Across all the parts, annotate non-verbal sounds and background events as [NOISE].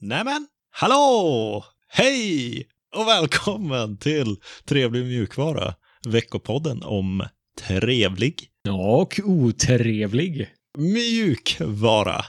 Nämen, hallå! Hej och välkommen till Trevlig mjukvara, veckopodden om trevlig Ja, och otrevlig. mjukvara.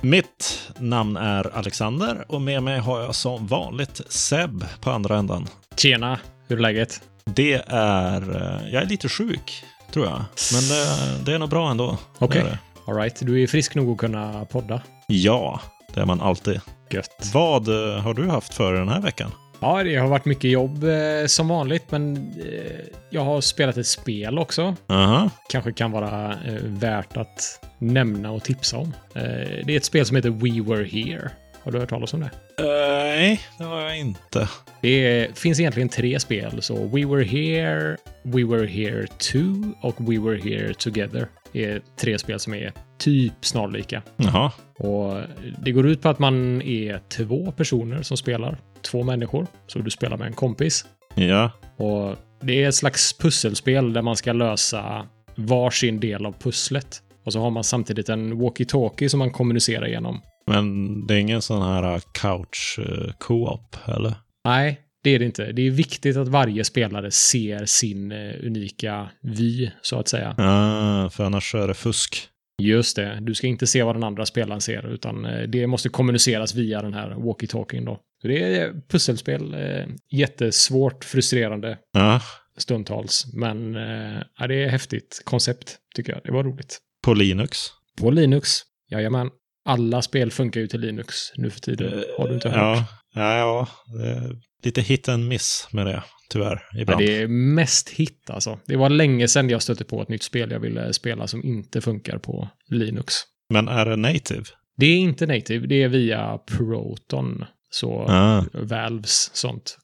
Mitt namn är Alexander och med mig har jag som vanligt Seb på andra änden. Tjena, hur är läget? Det är... eh, Jag är lite sjuk, tror jag. Men eh, det, det är nog bra ändå. Okej. Det är det. Alright, du är frisk nog att kunna podda. Ja, det är man alltid. Gött. Vad eh, har du haft för den här veckan? Ja, det har varit mycket jobb eh, som vanligt, men eh, jag har spelat ett spel också. Aha. Kanske kan vara eh, värt att nämna och tipsa om. Eh, det är ett spel som heter We Were Here. Har du hört talas om det? Nej, det har jag inte. Det är, finns egentligen tre spel, så We Were Here, We Were Here 2 och We Were Here Together. Det är tre spel som är typ snarlika. Jaha. Och det går ut på att man är två personer som spelar. Två människor. Så du spelar med en kompis. Ja. Och det är ett slags pusselspel där man ska lösa varsin del av pusslet. Och så har man samtidigt en walkie-talkie som man kommunicerar genom. Men det är ingen sån här eh, couch eh, co-op, eller? Nej, det är det inte. Det är viktigt att varje spelare ser sin eh, unika vy, så att säga. Ah, för annars är det fusk. Just det, du ska inte se vad den andra spelaren ser, utan eh, det måste kommuniceras via den här walkie-talkien då. Så det är pusselspel, eh, jättesvårt, frustrerande Ja. stundtals, men eh, ja, det är häftigt koncept, tycker jag. Det var roligt. På Linux. På Linux, jajamän. Alla spel funkar ju till Linux nu för tiden. Har du inte hört? Eh, Ja. Ja, ja. Det är Lite hit and miss med det, tyvärr. Ja, Ibland. det är mest hit alltså. Det var länge sedan jag stötte på ett nytt spel jag ville spela som inte funkar på Linux. Men är det native? Det är inte native, det är via Proton. Så Ah. Valves sånt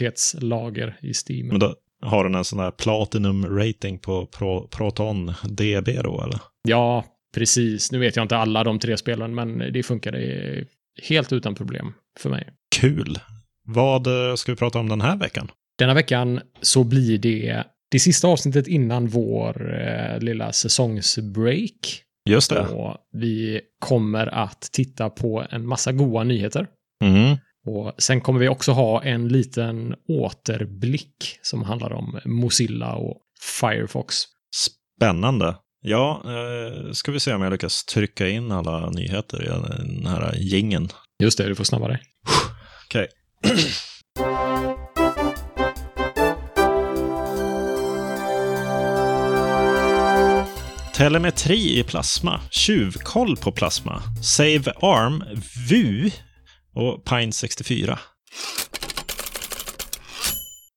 kompatibilitetslager i Steam. Men då har den en sån här platinum rating på Pro Proton DB då eller? Ja, precis. Nu vet jag inte alla de tre spelen, men det funkade eh, helt utan problem för mig. Kul! Vad eh, ska vi prata om den här veckan? Denna veckan så blir det det sista avsnittet innan vår eh, lilla säsongsbreak. Just Och vi kommer att titta på en massa goa nyheter. Mm. Och sen kommer vi också ha en liten återblick som handlar om Mozilla och Firefox. Spännande. Ja, eh, ska vi se om jag lyckas trycka in alla nyheter i den här gängen. Just det, du får snabba dig. Okej. Telemetri i plasma, tjuvkoll på plasma, Save Arm, VU och Pine 64.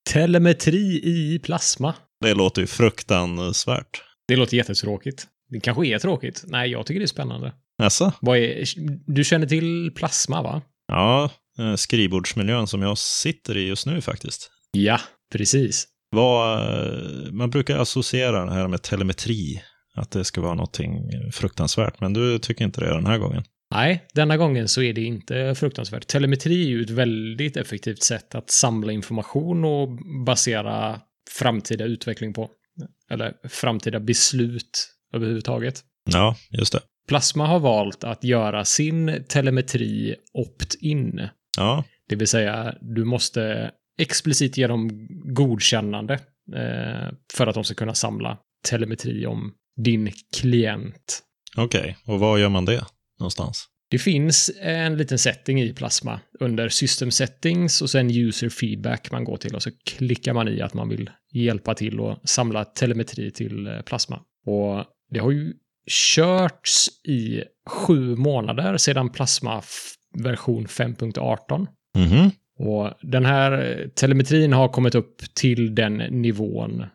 Telemetri i plasma. Det låter ju fruktansvärt. Det låter jättetråkigt. Det kanske är tråkigt. Nej, jag tycker det är spännande. Jaså? Vad är, du känner till plasma, va? Ja, eh, skrivbordsmiljön som jag sitter i just nu faktiskt. Ja, precis. Vad, eh, man brukar associera det här med telemetri, att det ska vara någonting fruktansvärt, men du tycker inte det den här gången? Nej, denna gången så är det inte fruktansvärt. Telemetri är ju ett väldigt effektivt sätt att samla information och basera framtida utveckling på. Eller framtida beslut överhuvudtaget. Ja, just det. Plasma har valt att göra sin telemetri opt-in. Ja, Det vill säga, du måste explicit ge dem godkännande eh, för att de ska kunna samla telemetri om din klient. okej. Och var gör man det någonstans? Det finns en liten setting i Plasma under System Settings och sen User Feedback man går till och så klickar man i att man vill hjälpa till och samla telemetri till eh, Plasma. Och det har ju körts i sju månader sedan Plasma f- version 5.18. Mhm. Och den här eh, telemetrin har kommit upp till den nivån eh,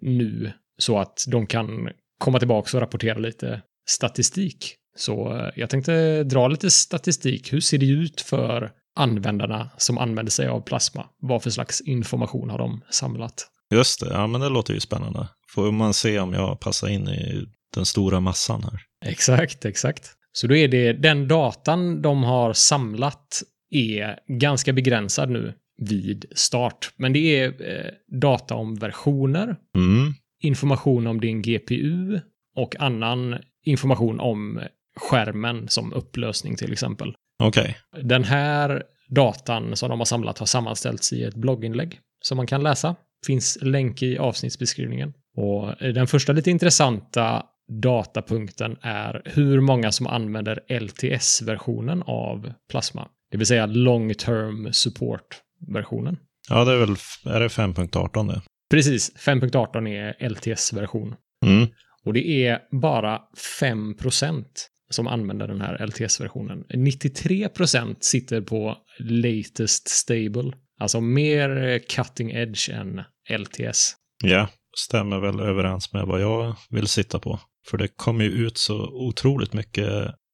nu så att de kan komma tillbaka och rapportera lite statistik. Så eh, jag tänkte dra lite statistik. Hur ser det ut för användarna som använder sig av plasma? Vad för slags information har de samlat? Just det, ja men det låter ju spännande. Får man se om jag passar in i den stora massan här. Exakt, exakt. Så då är det den datan de har samlat är ganska begränsad nu. vid start. Men det är eh, data om versioner, Mm. information om din GPU och annan information om skärmen som upplösning till exempel. Okej. Den här datan som de har samlat har sammanställts i ett blogginlägg som man kan läsa. Finns länk i avsnittsbeskrivningen. Och den första lite intressanta datapunkten är hur många som använder LTS-versionen av Plasma. Det vill säga long term support-versionen. Ja, det är väl f- är det 5.18 det. Precis, 5.18 är LTS-version. Mm. Och det är bara 5% som använder den här LTS-versionen. 93% sitter på latest stable, alltså mer eh, cutting edge än LTS. Ja, stämmer väl överens med vad jag vill sitta på. För det kommer ju ut så otroligt mycket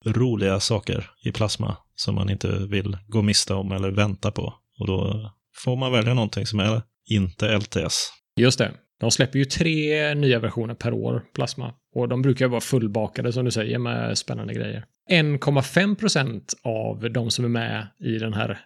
roliga saker i plasma som man inte vill gå miste om eller vänta på. Och då får man välja någonting som är inte LTS. Just det. De släpper ju tre nya versioner per år, Plasma. Och de brukar vara fullbakade som du säger med spännande grejer. 1,5% av de som är med i den här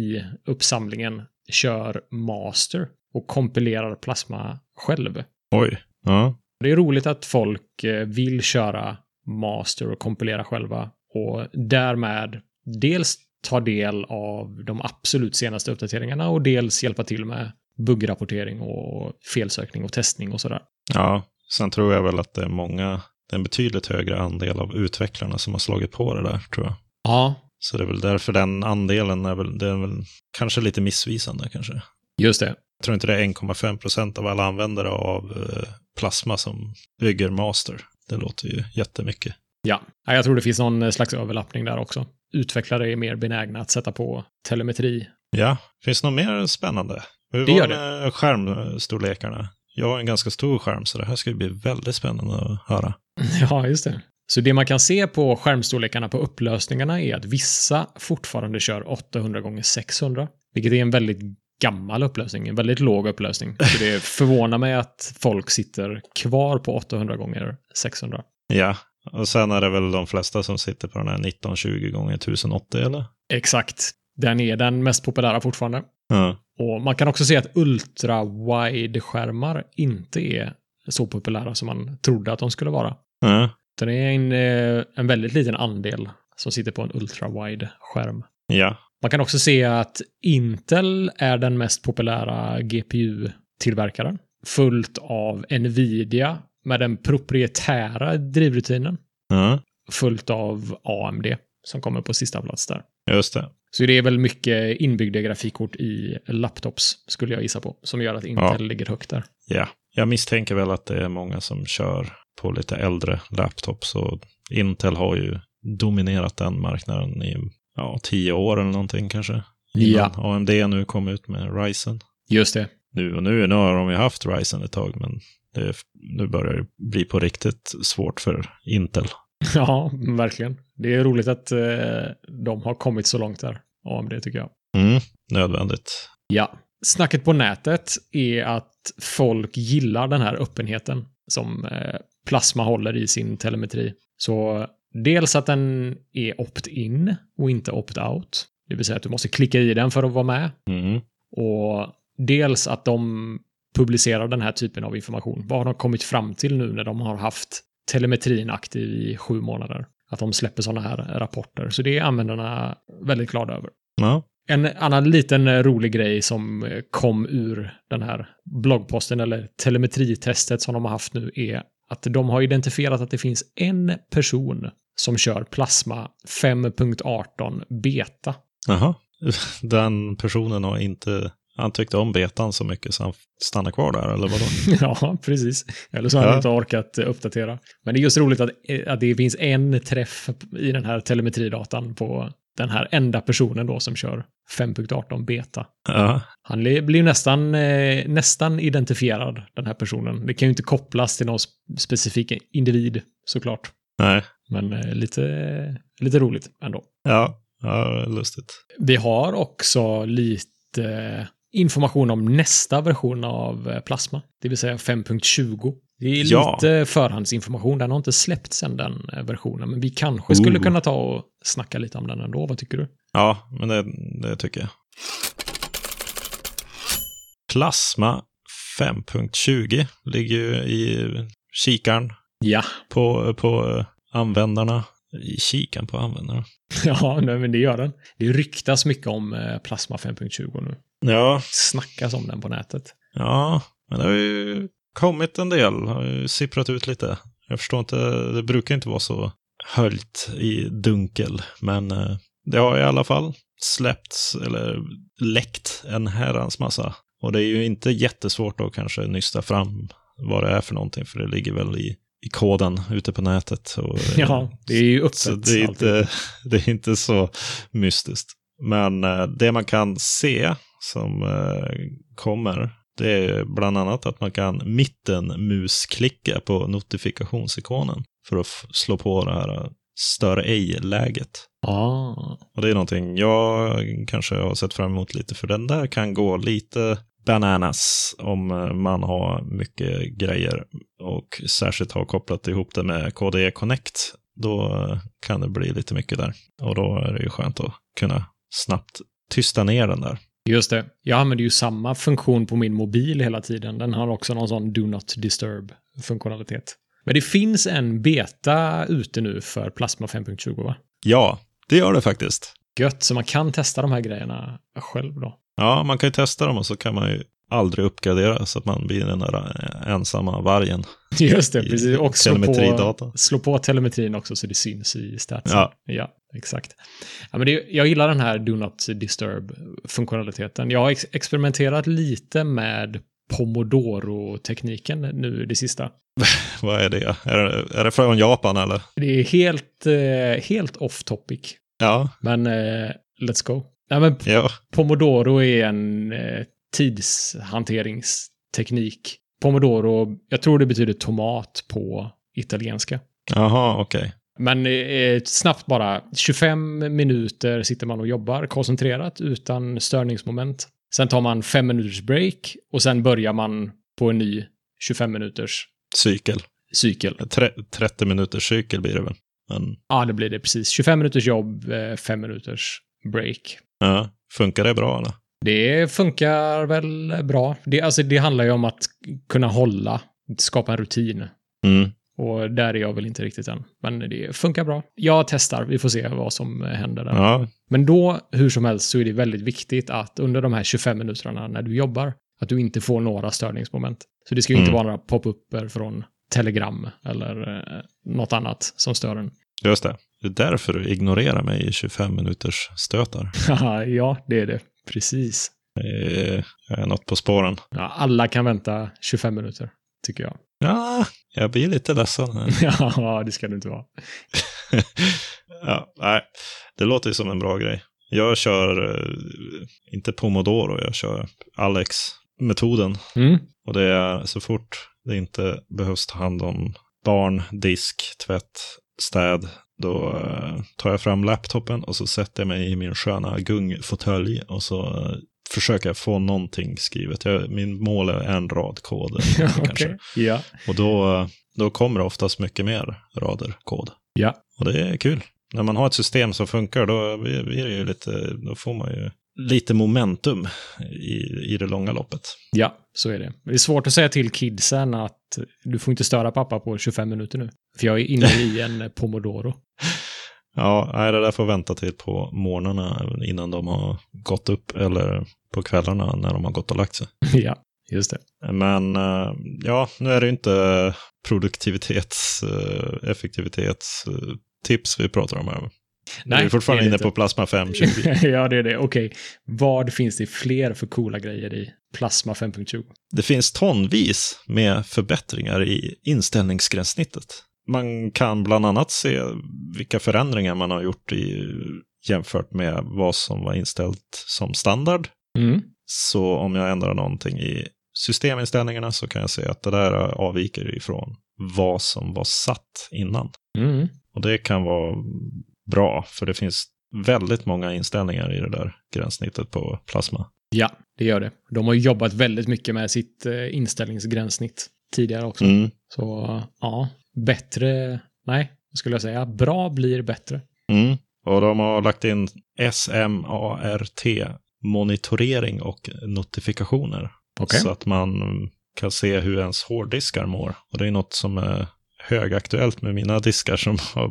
telemetriuppsamlingen kör master och kompilerar Plasma själv. Oj. Ja. Det är roligt att folk eh, vill köra master och kompilera själva och därmed dels ta del av de absolut senaste uppdateringarna och dels hjälpa till med buggrapportering och felsökning och testning och sådär. ja. Sen tror jag väl att det är många, det är en betydligt högre andel av utvecklarna som har slagit på det där tror jag. Ja, Så det är väl därför den andelen är väl, det är väl kanske lite missvisande kanske. just det. Jag tror inte det är 1,5 procent av alla användare av eh, plasma som bygger master. Det låter ju jättemycket. Ja, Ja, jag tror det finns någon slags överlappning där också. Utvecklare är mer benägna att sätta på telemetri. Ja, finns det något mer spännande? Hur Det var gör det med skärmstorlekarna? Jag har en ganska stor skärm, så det här ska ju bli väldigt spännande att höra. Ja, just det. Så det man kan se på skärmstorlekarna på upplösningarna är att vissa fortfarande kör 800 gånger 600 vilket är en väldigt gammal upplösning, en väldigt låg upplösning. Så det förvånar mig att folk sitter kvar på 800 gånger 600 Ja, och sen är det väl de flesta som sitter på den här 1920 gånger 1080 eller? Exakt. Den är den mest populära fortfarande. Ja. Och man kan också se att ultra-wide-skärmar inte är så populära som man trodde att de skulle vara. Ja. Utan Det är en, eh, en väldigt liten andel som sitter på en ultra-wide-skärm. ja. Man kan också se att Intel är den mest populära GPU-tillverkaren. Fullt av Nvidia med den proprietära drivrutinen. ja. Fullt av AMD som kommer på sista plats där. Just det. Så det är väl mycket inbyggda grafikkort i laptops skulle jag gissa på. Som gör att Intel ligger högt där. Ja, jag misstänker väl att det är många som kör på lite äldre laptops och Intel har ju dominerat den marknaden i ja, tio år eller någonting kanske. Innan AMD nu kom ut med Ryzen. just det. [LAUGHS] Nu och nu, nu har de ju haft Ryzen ett tag, men det, nu börjar det bli på riktigt svårt för Intel. Ja, verkligen. Det är roligt att eh, de har kommit så långt där. AMD tycker jag. Mm, nödvändigt. Ja. Snacket på nätet är att folk gillar den här öppenheten som eh, Plasma håller i sin telemetri. Så dels att den är opt-in och inte opt-out. Det vill säga att du måste klicka i den för att vara med. Mm. Och dels att de publicerar den här typen av information. Vad har de kommit fram till nu när de har haft telemetrin aktiv i sju månader? Att de släpper sådana här rapporter. Så det är användarna väldigt glada över. Ja. En annan liten eh, rolig grej som eh, kom ur den här bloggposten eller telemetritestet som de har haft nu är att de har identifierat att det finns en person som kör plasma 5.18 beta. [LAUGHS] Jaha. [LAUGHS] Den personen har inte, han tyckte om betan så mycket så han stannar kvar där, eller vadå? ja, precis. Eller så har Ja. de inte orkat eh, uppdatera. Men det är just roligt att, eh, att det finns en träff i den här telemetridatan på den här enda personen då som kör 5.18 beta. Ja. Han li- blir ju nästan, eh, nästan identifierad, den här personen. Det kan ju inte kopplas till någon sp- specifik individ, såklart. Nej. Men eh, lite, lite roligt ändå. Ja. Ja, lustigt. Vi har också lite eh, information om nästa version av eh, Plasma, det vill säga 5.20. Det är Ja. lite förhandsinformation, den har inte släppts än den eh, versionen, men vi kanske skulle Ooh. kunna ta och snacka lite om den ändå, vad tycker du? Ja, men det, det tycker jag. Plasma 5.20 ligger ju i kikaren Ja, på, på eh, användarna. I kikaren på användarna. [LAUGHS] ja nej, men det gör den. Det ryktas mycket om eh, Plasma 5.20 nu. Ja, Snackas om den på nätet. ja, men det har ju kommit en del, har ju sipprat ut lite. Jag förstår inte, det brukar inte vara så höljt i dunkel, men eh, det har i alla fall släppts eller läckt en herrans massa. Och det är ju inte jättesvårt att kanske nysta fram vad det är för någonting, för det ligger väl i, i koden ute på nätet. Och, eh, Ja, det är ju Så öppet. det är, alltid. inte, [LAUGHS] det är inte så mystiskt. Men eh, det man kan se som eh, kommer, det är bland annat att man kan mittenmusklicka på notifikationsikonen för att f- slå på det här eh, stör ej-läget. Ah. Och det är någonting jag kanske har sett fram emot lite, för den där kan gå lite bananas om eh, man har mycket grejer och särskilt har kopplat ihop det med KDE Connect. Då eh, kan det bli lite mycket där. Och då är det ju skönt att kunna snabbt tysta ner den där. Just det. Jag använder ju samma funktion på min mobil hela tiden. Den har också någon sån do not disturb funktionalitet. Men det finns en beta ute nu för Plasma 5.20 va? Ja, det gör det faktiskt. Gött, så man kan testa de här grejerna själv då. [LAUGHS] Ja, man kan ju testa dem och så kan man ju aldrig uppgradera så att man blir den där eh, ensamma vargen. Just det, I precis. Och slå på, telemetridata. slå på telemetrin också så det syns i statsen. Ja. Ja, exakt. Ja, men det, jag gillar den här Do Not Disturb-funktionaliteten. Jag har ex experimenterat lite med Pomodoro-tekniken nu det sista. Vad är det? Är det, är det från Japan eller? Det är helt, eh, helt off topic, Ja, men eh, let's go. Nej, men ja. Pomodoro är en eh, tidshanteringsteknik. Pomodoro, jag tror det betyder tomat på italienska. Jaha, okej. Men eh, snabbt bara, 25 minuter sitter man och jobbar koncentrerat utan störningsmoment. Sen tar man 5 minuters break och sen börjar man på en ny 25 minuters cykel. cykel. Tre, 30 minuters cykel blir det väl. Men Ja, det blir det precis. 25 minuters jobb, eh, 5 minuters break. ja, funkar det bra eller? Det funkar väl bra. Det, alltså, det handlar ju om att kunna hålla, skapa en rutin. Mm. Och där är jag väl inte riktigt än. Men det funkar bra. Jag testar, vi får se vad som händer där. Ja, Men då, hur som helst, så är det väldigt viktigt att under de här 25 minuterna när du jobbar, att du inte får några störningsmoment. Så det ska ju inte Mm. vara några pop-upper från Telegram eller eh, något annat som stör en. just det. Det är därför du ignorerar mig i 25 minuters stötar. Haha, [LAUGHS] ja, det är det. Precis. Eh, Jag är något på spåren. Ja, alla kan vänta 25 minuter, tycker jag. Ja, jag blir lite ledsen. [LAUGHS] ja, det ska det inte vara. [LAUGHS] ja, nej, det låter ju som en bra grej. Jag kör, eh, inte pomodoro, jag kör Alex-metoden. Mm. Och det är så fort det inte behövs ta hand om barn, disk, tvätt, städ, då eh, tar jag fram laptopen och så sätter jag mig i min sköna gungfåtölj och så eh, försöker jag få någonting skrivet. Jag, min mål är en rad kod. [LAUGHS] eller någonting kanske. Okej. Ja. Och då, eh, då kommer det oftast mycket mer rader kod. Ja. Och det är kul. När man har ett system som funkar, då, blir blir det ju lite, då får man ju lite momentum i, i det långa loppet. ja, så är det. Det är svårt att säga till kidsen att du får inte störa pappa på 25 minuter nu. För jag är inne i en [LAUGHS] pomodoro. Ja, nej, det där får vänta till på morgnarna innan de har gått upp eller på kvällarna när de har gått och lagt sig. ja, just det. Men eh, ja, nu är det ju inte produktivitets, eh, effektivitets eh, tips vi pratar om här. vi är fortfarande det inne inte. på Plasma [LAUGHS] 520. ja, det är det. Okej. Vad finns det fler för coola grejer i Plasma 5.20? Det finns tonvis med förbättringar i inställningsgränssnittet. Man kan bland annat se vilka förändringar man har gjort i, jämfört med vad som var inställt som standard Mm. Så om jag ändrar någonting i systeminställningarna så kan jag se att det där avviker ifrån vad som var satt innan. Mm. Och det kan vara bra, för det finns väldigt många inställningar i det där gränssnittet på plasma. Ja, det gör det. De har ju jobbat väldigt mycket med sitt eh, inställningsgränssnitt tidigare också. Mm. Så ja, bättre, nej, vad skulle jag säga, bra blir bättre. Mm. Och de har lagt in SMART, monitorering och notifikationer. Okej. Så att man kan se hur ens hårddiskar mår. Och det är något som är högaktuellt med mina diskar som har,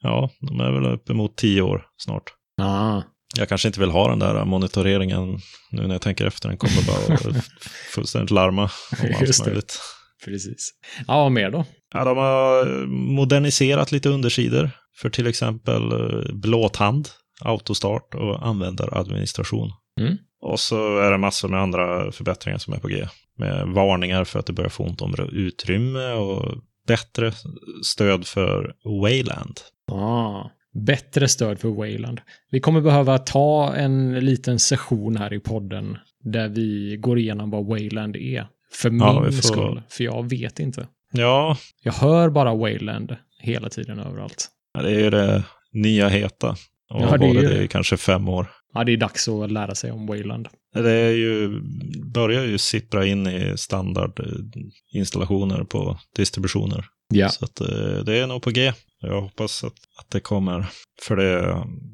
ja, de är väl uppemot tio år snart. Ah. Jag kanske inte vill ha den där monitoreringen nu när jag tänker efter. Den kommer bara [LAUGHS] att fullständigt larma om Just allt det. möjligt. Precis. Ja, vad mer då? Ja, de har eh, moderniserat lite undersidor för till exempel eh, blåtand, autostart och användaradministration. Mm. Och så är det massor med andra förbättringar som är på G. Med varningar för att det börjar få ont om utrymme och bättre stöd för Wayland. Ah. Bättre stöd för Wayland. Vi kommer behöva ta en liten session här i podden där vi går igenom vad Wayland är. För min Ja, vi får- skull, för jag vet inte. Ja, Jag hör bara Wayland hela tiden överallt. det är ju det nya heta. Och Ja, har det är ju varit det det. i kanske fem år. Ja, det är dags att lära sig om Wayland. Det är ju, börjar ju sippra in i standardinstallationer på distributioner. Ja. Så att, eh, det är nog på G. Jag hoppas att, att det kommer. För det,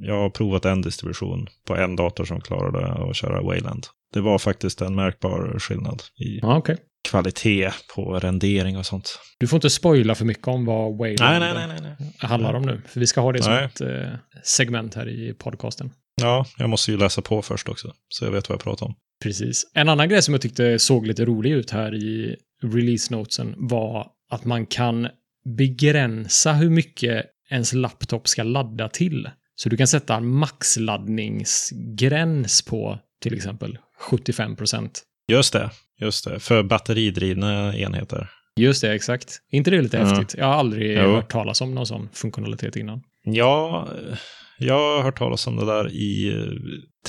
jag har provat en distribution på en dator som klarade att köra Wayland. Det var faktiskt en märkbar skillnad i Ja, okej. kvalitet på rendering och sånt. Du får inte spoila för mycket om vad Nej, Wayland nej, nej. nej, nej. handlar om nu. För vi ska ha det som Nej. ett eh, segment här i podcasten. Ja, jag måste ju läsa på först också. Så jag vet vad jag pratar om. Precis. En annan grej som jag tyckte såg lite rolig ut här i release-notesen var att man kan begränsa hur mycket ens laptop ska ladda till. Så du kan sätta en maxladdningsgräns på till exempel 75 procent. Just det, just det. För batteridrivna enheter. Just det, exakt. Är inte det lite Ja. häftigt? Jag har aldrig Jo. hört talas om någon sån funktionalitet innan. Ja, eh, jag har hört talas om det där i eh,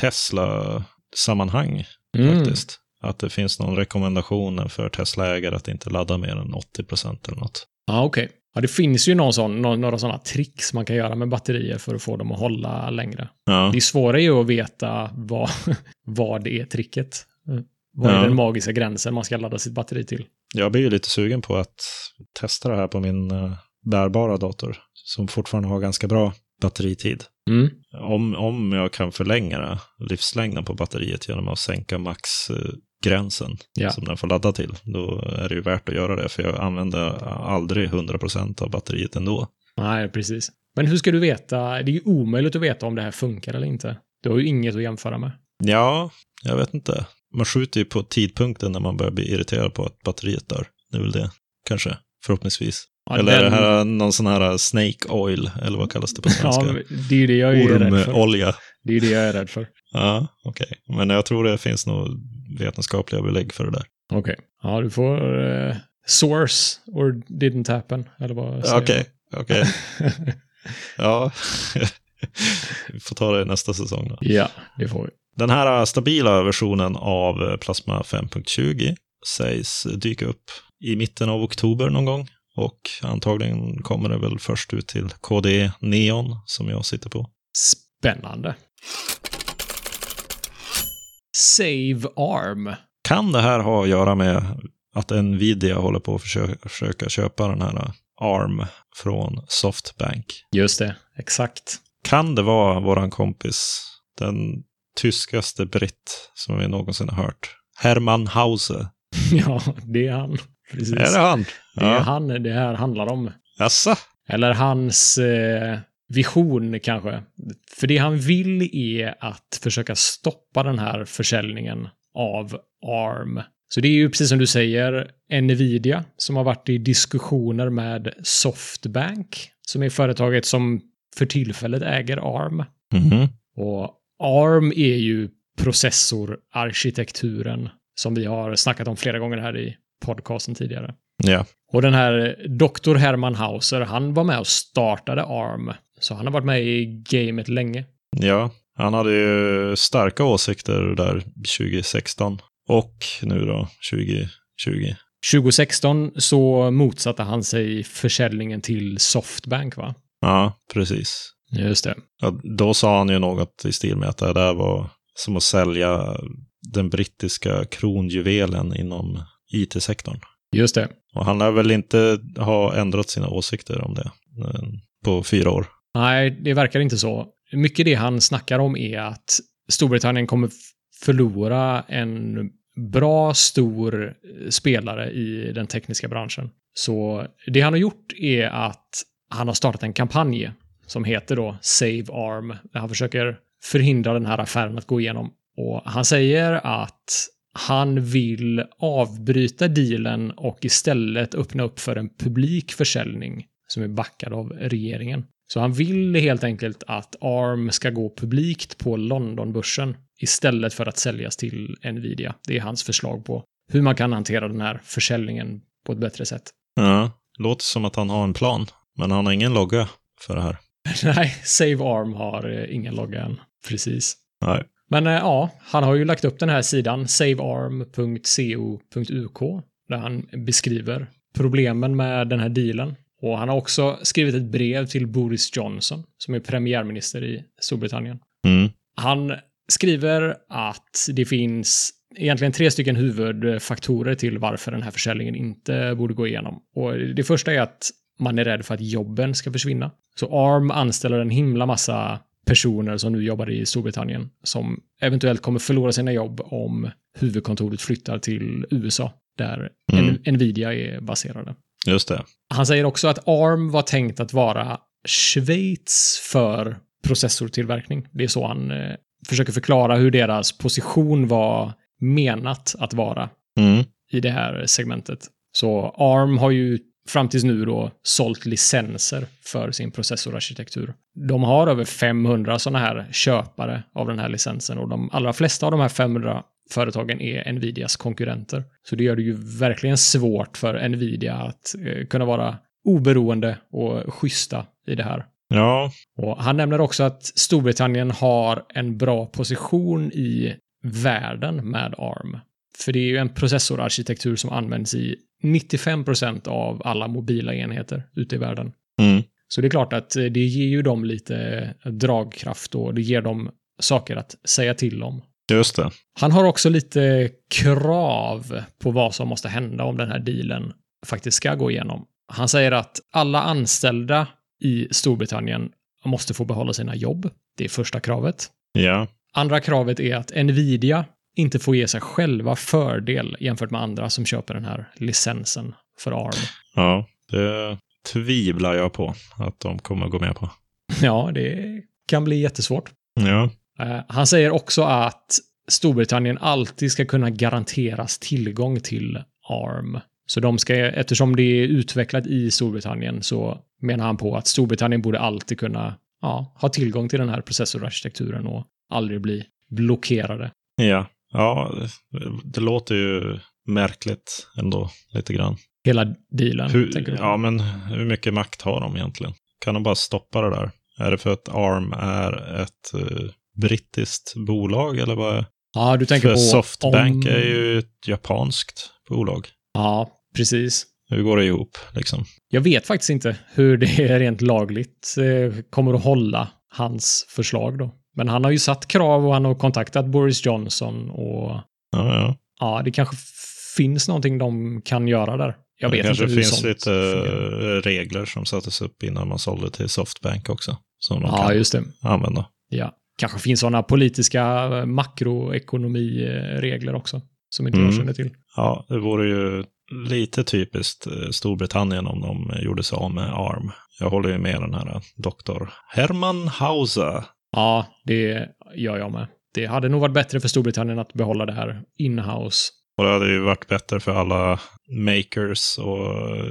Tesla-sammanhang. Mm. faktiskt. Att det finns någon rekommendation för Tesla-ägare att inte ladda mer än 80 procent eller något. Ja, Ah, okej. Ja, det finns ju någon sån, nå- några sådana tricks man kan göra med batterier för att få dem att hålla längre. Ja. Det svåra är ju att veta vad, [LAUGHS] vad det är tricket. Mm. Vad är Ja. den magiska gränsen man ska ladda sitt batteri till? Jag blir ju lite sugen på att testa det här på min eh, bärbara dator som fortfarande har ganska bra batteritid. Mm. Om, om jag kan förlänga det, livslängden på batteriet genom att sänka maxgränsen Ja. som den får ladda till, då är det ju värt att göra det, för jag använder aldrig 100% av batteriet ändå. Nej, precis. Men hur ska du veta? Det är ju omöjligt att veta om det här funkar eller inte. Du har ju inget att jämföra med. Ja, jag vet inte. Man skjuter ju på tidpunkten när man börjar bli irriterad på att batteriet dör. Det är väl det, kanske. Förhoppningsvis. [LAUGHS] Ja, eller är den- det här någon sån här uh, snake oil, eller vad kallas det på [LAUGHS] Ja, svenska? men det är ju det jag är rädd för. Ormolja. Det är ju det jag är rädd för. Ja, okej. Men jag tror det finns nog vetenskapliga belägg för det där. Okej. Ja, du får eh, source or didn't happen. Eller vad säger Okej, okej. man? Ja. [LAUGHS] Vi får ta det nästa säsong då. [LAUGHS] Ja, det får vi. Den här stabila versionen av eh, Plasma 5.20 sägs dyka upp i mitten av oktober någon gång. Och antagligen kommer det väl först ut till KDE Neon som jag sitter på. Spännande. Save arm. Kan det här ha att göra med att Nvidia håller på att försöka, försöka köpa den här eh, ARM från Softbank? Just det, exakt. Kan det vara våran kompis, den tyskaste britt som vi någonsin har hört? Hermann Hause. [LAUGHS] ja, det är han. Precis. Är det han? Det är Ja. han det här handlar om. Jaså? Eller hans eh, vision kanske. För det han vill är att försöka stoppa den här försäljningen av ARM. Så det är ju precis som du säger, Nvidia som har varit i diskussioner med Softbank, som är företaget som för tillfället äger ARM. Mhm. Och ARM är ju processorarkitekturen som vi har snackat om flera gånger här i podcasten tidigare. Ja. Och den här Dr. Hermann Hauser, han var med och startade ARM. Så han har varit med i gamet länge. Ja, han hade ju starka åsikter där 2016 och nu då 2020. 2016 så motsatte han sig försäljningen till Softbank, va? Ja, precis. Just det. Ja, då sa han ju något i stil med att det där var som att sälja den brittiska kronjuvelen inom it-sektorn. Just det. Och han lär väl inte ha ändrat sina åsikter om det eh, på fyra år. Nej, det verkar inte så. Mycket det han snackar om är att Storbritannien kommer f- förlora en bra, stor eh, spelare i den tekniska branschen. Så det han har gjort är att han har startat en kampanj som heter då Save Arm. Där han försöker förhindra den här affären att gå igenom. Och han säger att han vill avbryta dealen och istället öppna upp för en publik försäljning som är backad av regeringen. Så han vill helt enkelt att ARM ska gå publikt på Londonbörsen istället för att säljas till Nvidia. Det är hans förslag på hur man kan hantera den här försäljningen på ett bättre sätt. [LAUGHS] Ja, låter som att han har en plan, men han har ingen logga för det här. Nej, Save ARM har eh, ingen logga än. Precis. Nej. Men eh, ja, han har ju lagt upp den här sidan, savearm.co.uk, där han beskriver problemen med den här dealen. Och han har också skrivit ett brev till Boris Johnson, som är premiärminister i Storbritannien. Mm. Han skriver att det finns egentligen tre stycken huvudfaktorer till varför den här försäljningen inte borde gå igenom. Och det första är att man är rädd för att jobben ska försvinna. Så ARM anställer en himla massa personer som nu jobbar i Storbritannien som eventuellt kommer förlora sina jobb om huvudkontoret flyttar till USA där Mm. en- Nvidia är baserade. Just det. Han säger också att ARM var tänkt att vara Schweiz för processortillverkning. Det är så han eh, försöker förklara hur deras position var menat att vara Mm. i det här segmentet. Så ARM har ju fram tills nu då sålt licenser för sin processorarkitektur. De har över 500 sådana här köpare av den här licensen och de allra flesta av de här 500 företagen är Nvidias konkurrenter. Så det gör det ju verkligen svårt för Nvidia att eh, kunna vara oberoende och schyssta i det här. Ja, Och han nämner också att Storbritannien har en bra position i världen med ARM. För det är ju en processorarkitektur som används i 95% av alla mobila enheter ute i världen. mm. Så det är klart att eh, det ger ju dem lite eh, dragkraft och det ger dem saker att säga till om. just det. Han har också lite krav på vad som måste hända om den här dealen faktiskt ska gå igenom. Han säger att alla anställda i Storbritannien måste få behålla sina jobb. Det är första kravet. Ja, Andra kravet är att Nvidia inte får ge sig själva fördel jämfört med andra som köper den här licensen för ARM. ja. Det tvivlar jag på att de kommer gå med på. Ja, det kan bli jättesvårt. Ja, Eh, Han säger också att Storbritannien alltid ska kunna garanteras tillgång till ARM. Så de ska, eftersom det är utvecklat i Storbritannien så menar han på att Storbritannien borde alltid kunna ja, ha tillgång till den här processorarkitekturen och aldrig bli blockerade. ja. Ja, det, det låter ju märkligt ändå, lite grann. Hela dealen, tänker Hur, du? ja, men hur mycket makt har de egentligen? Kan de bara stoppa det där? Är det för att ARM är ett eh, brittiskt bolag eller vad? ja, du tänker För på Softbank om- är ju ett japanskt bolag. Ja, precis. Hur går det ihop liksom? Jag vet faktiskt inte hur det är rent lagligt eh, kommer att hålla hans förslag då. Men han har ju satt krav och han har kontaktat Boris Johnson och Ja, ja. ja, det kanske f- finns någonting de kan göra där. Jag det vet kanske inte hur finns sånt lite fungerar. eh, regler som sattes upp innan man sålde till Softbank också. Som de Ja, kan just det. använda. Ja. Kanske finns sådana politiska eh, makroekonomiregler också som inte jag Mm. känner till. Ja, det vore ju lite typiskt eh, Storbritannien om de gjorde sig av med ARM. Jag håller ju med den här eh, doktor Herman Hauser. Ja, det gör jag med. Det hade nog varit bättre för Storbritannien att behålla det här inhouse. Och det hade ju varit bättre för alla makers och eh,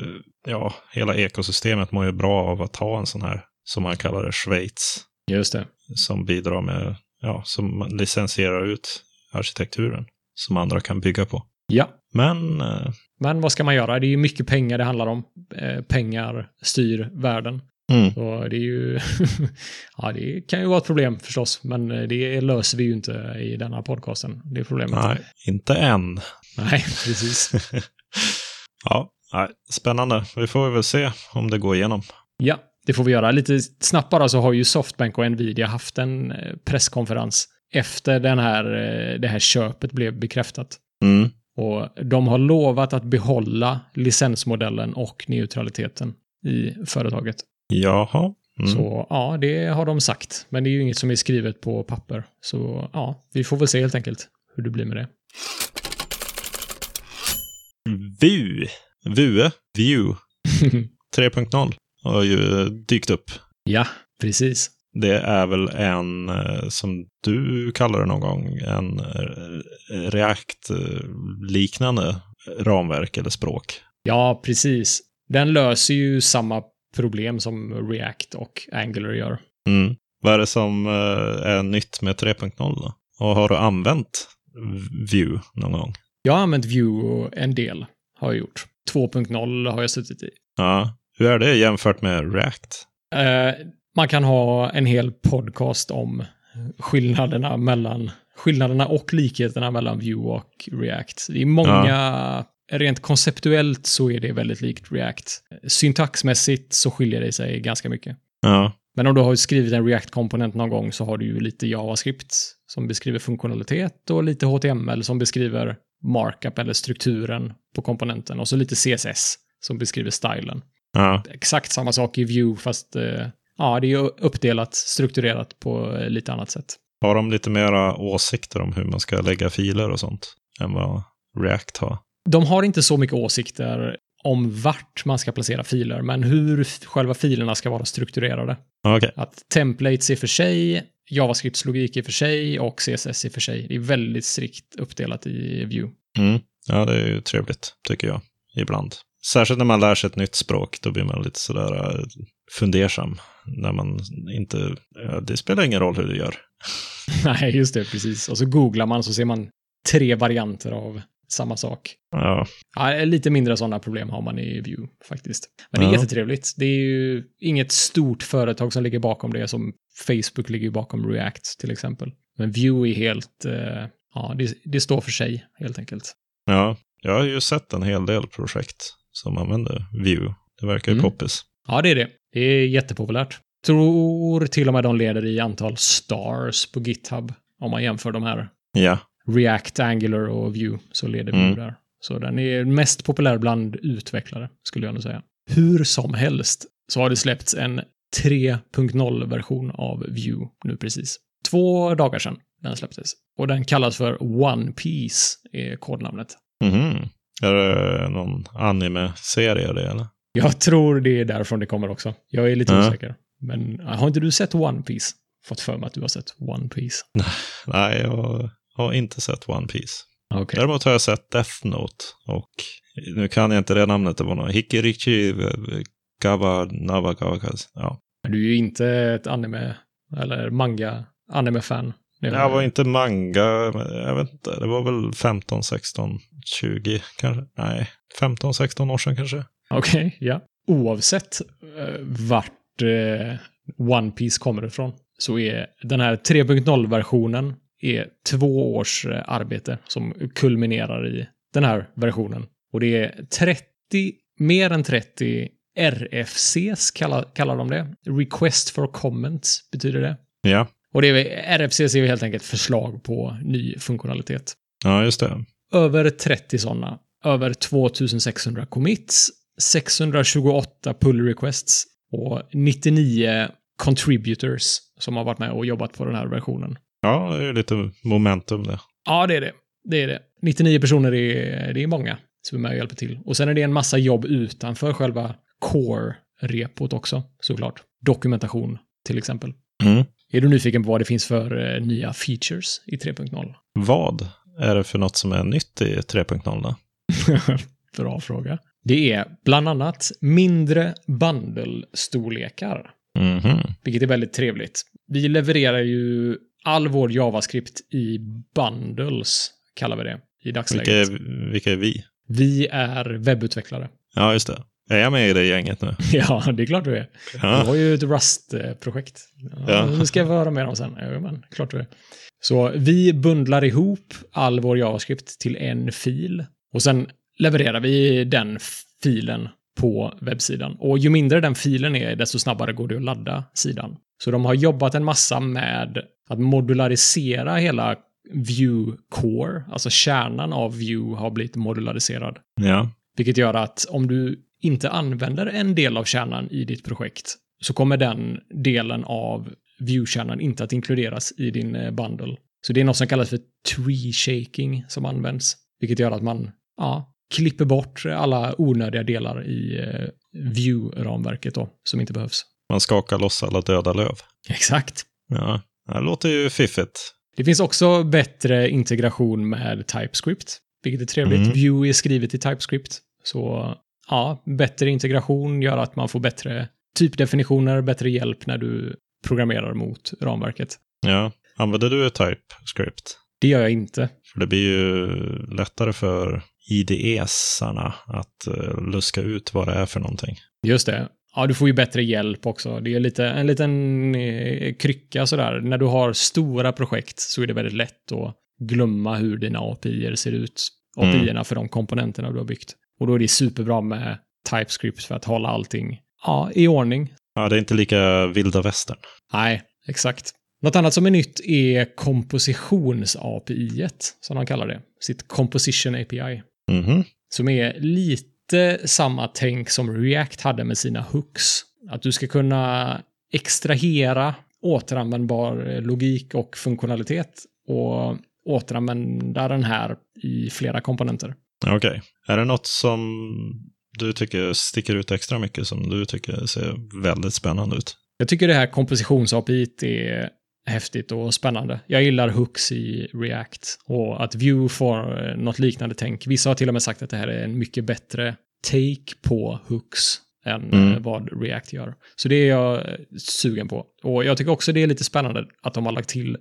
ja, hela ekosystemet mår ju bra av att ha en sån här, som man kallar det, Schweiz. Just det. Som bidrar med, ja, som licensierar ut arkitekturen. Som andra kan bygga på. Ja. Men eh, Men vad ska man göra? Det är ju mycket pengar det handlar om. Eh, pengar styr världen. Mm. Så det är ju... [LAUGHS] ja, det kan ju vara ett problem förstås, men eh, det löser vi ju inte i denna podcasten. Det är problemet. nej, inte än. Nej, [LAUGHS] precis. [LAUGHS] ja, nej, spännande. Vi får väl se om det går igenom. Ja, det får vi göra. Lite snabbt bara så har ju Softbank och Nvidia haft en eh, presskonferens efter den här, eh, det här köpet blev bekräftat. Mm. Och de har lovat att behålla licensmodellen och neutraliteten i företaget. Jaha. Mm. Så ja, det har de sagt. Men det är ju inget som är skrivet på papper. Så ja, vi får väl se helt enkelt hur det blir med det. VU. VUE. VIEW 3.0 har ju dykt upp. ja, precis. Det är väl en, eh, som du kallar det någon gång, en eh, React-liknande ramverk eller språk. Ja, precis. Den löser ju samma problem som React och Angular gör. Mm. Vad är det som eh, är nytt med 3.0 då? Och har du använt Vue någon gång? Jag har använt Vue en del, har jag gjort. 2.0 har jag suttit i. Ja. Hur är det jämfört med React? Eh, man kan ha en hel podcast om skillnaderna mellan skillnaderna och likheterna mellan Vue och React. Det är många, rent konceptuellt så är det väldigt likt React. Syntaxmässigt så skiljer det sig ganska mycket. Ja. Men om du har skrivit en React-komponent någon gång så har du ju lite JavaScript som beskriver funktionalitet och lite HTML som beskriver markup eller strukturen på komponenten och så lite CSS som beskriver stylen. ja. Exakt samma sak i Vue fast eh, ja, det är ju uppdelat, strukturerat på eh, lite annat sätt. Har de lite mera åsikter om hur man ska lägga filer och sånt än vad React har? De har inte så mycket åsikter om vart man ska placera filer, men hur f- själva filerna ska vara strukturerade. Okej. Att templates är för sig, JavaScript-logik är för sig och CSS är för sig. Det är väldigt strikt uppdelat i Vue. [LAUGHS] Mm. Ja, det är ju trevligt, tycker jag. Ibland. Särskilt när man lär sig ett nytt språk, då blir man lite sådär eh, fundersam. När man inte... ja, Det spelar ingen roll hur du gör. Nej, just det, precis. Och så googlar man så ser man tre varianter av samma sak. Ja, Ja, lite mindre sådana problem har man i Vue faktiskt. Men det är Ja. jättetrevligt. Det är ju inget stort företag som ligger bakom det som Facebook ligger ju bakom React till exempel. Men Vue är helt, eh, ja, det, det står för sig helt enkelt. ja. Jag har ju sett en hel del projekt som använder Vue. Det verkar ju Mm. poppis. Ja, det är det. Det är jättepopulärt. Tror till och med de leder i antal stars på GitHub. Om man jämför de här Ja. React, Angular och Vue så leder Vue Mm. där. Så den är mest populär bland utvecklare, skulle jag nog säga. Hur som helst så har det släppts en 3.0-version av Vue nu precis. Två dagar sedan den släpptes. Och den kallas för One Piece, är kodnamnet. Mhm. Är det någon anime-serie det eller? Jag tror det är därifrån det kommer också. Jag är lite Ja. osäker. Men äh, har inte du sett One Piece? Fått för mig att du har sett One Piece. Nej, jag har inte sett One Piece. Okej. Däremot har jag sett Death Note och nu kan jag inte det namnet, det var någon Hikirichi Gawa Navagawakas. Ja. Du är ju inte ett anime eller manga anime-fan. Det är Jag väl- var inte manga, men jag vet inte, det var väl 15, 16, 20 kanske? Nej, 15, 16 år sedan kanske. Okej, ja. Oavsett eh, vart eh, One Piece kommer ifrån så är den här 3.0-versionen är två års eh, arbete som kulminerar i den här versionen. Och det är 30, mer än 30 RFCs kallar, kallar de det. Request for comments betyder det. Ja, Och det är, RFCs är ju helt enkelt förslag på ny funktionalitet ja just det. över 30 sådana, över 2600 commits, 628 pull requests och 99 contributors som har varit med och jobbat på den här versionen. Ja, det är ju lite momentum det. Ja, det är det. Det är det. 99 personer är, det är många som är med och hjälper till. Och sen är det en massa jobb utanför själva core-repot också, såklart. Dokumentation, till exempel. Mm. Är du nyfiken på vad det finns för eh, nya features i 3.0? Vad är det för något som är nytt i 3.0 då? Bra fråga. Det är bland annat mindre bandelstorlekar, Mhm. vilket är väldigt trevligt. Vi levererar ju all vår JavaScript i bundles, kallar vi det i dagsläget. Vilka, är, vilka är vi? Vi är webbutvecklare. [LAUGHS] Ja, just det. Är jag med i det gänget nu? Ja, det är klart du är. Du Ja. har ju ett Rust-projekt. Ja, Ja. det ska jag få höra mer om sen. Jajamän, klart du är. Så vi bundlar ihop all vår JavaScript till en fil och sen levererar vi den filen på webbsidan. Och ju mindre den filen är, desto snabbare går det att ladda sidan. Så de har jobbat en massa med att modularisera hela Vue Core, alltså kärnan av Vue har blivit modulariserad. ja. Vilket gör att om du inte använder en del av kärnan i ditt projekt så kommer den delen av view-kärnan inte att inkluderas i din eh, bundle. Så det är något som kallas för tree shaking som används, vilket gör att man ja, klipper bort alla onödiga delar i eh, view-ramverket då, som inte behövs. Man skakar loss alla döda löv. Exakt. Ja, det låter ju fiffigt. Det finns också bättre integration med TypeScript, vilket är trevligt. Mm. Vue är skrivet i TypeScript. Så ja, bättre integration gör att man får bättre typdefinitioner, bättre hjälp när du programmerar mot ramverket. Ja. Använder du TypeScript? Det gör jag inte. För det blir ju lättare för IDE-sarna att eh, luska ut vad det är för någonting. Just det. Ja, du får ju bättre hjälp också. Det är lite, en liten eh, krycka sådär. När du har stora projekt så är det väldigt lätt att glömma hur dina api ser ut. Mm. api för de komponenterna du har byggt. Och då är det superbra med TypeScript för att hålla allting ja, i ordning. Ja, det är inte lika vilda västern. Nej, exakt. Något annat som är nytt är kompositions-API, som de kallar det. Sitt Composition API. Mhm. Som är lite samma tänk som React hade med sina hooks. Att du ska kunna extrahera återanvändbar logik och funktionalitet och återanvända den här i flera komponenter. Okej. Är det något som du tycker sticker ut extra mycket, som du tycker ser väldigt spännande ut? Jag tycker det här kompositions-API är häftigt och spännande. Jag gillar hooks i React och att Vue får eh, något liknande tänk. Vissa har till och med sagt att det här är en mycket bättre take på hooks än Mm. eh, vad React gör. Så det är jag eh, sugen på. Och jag tycker också det är lite spännande att de har lagt till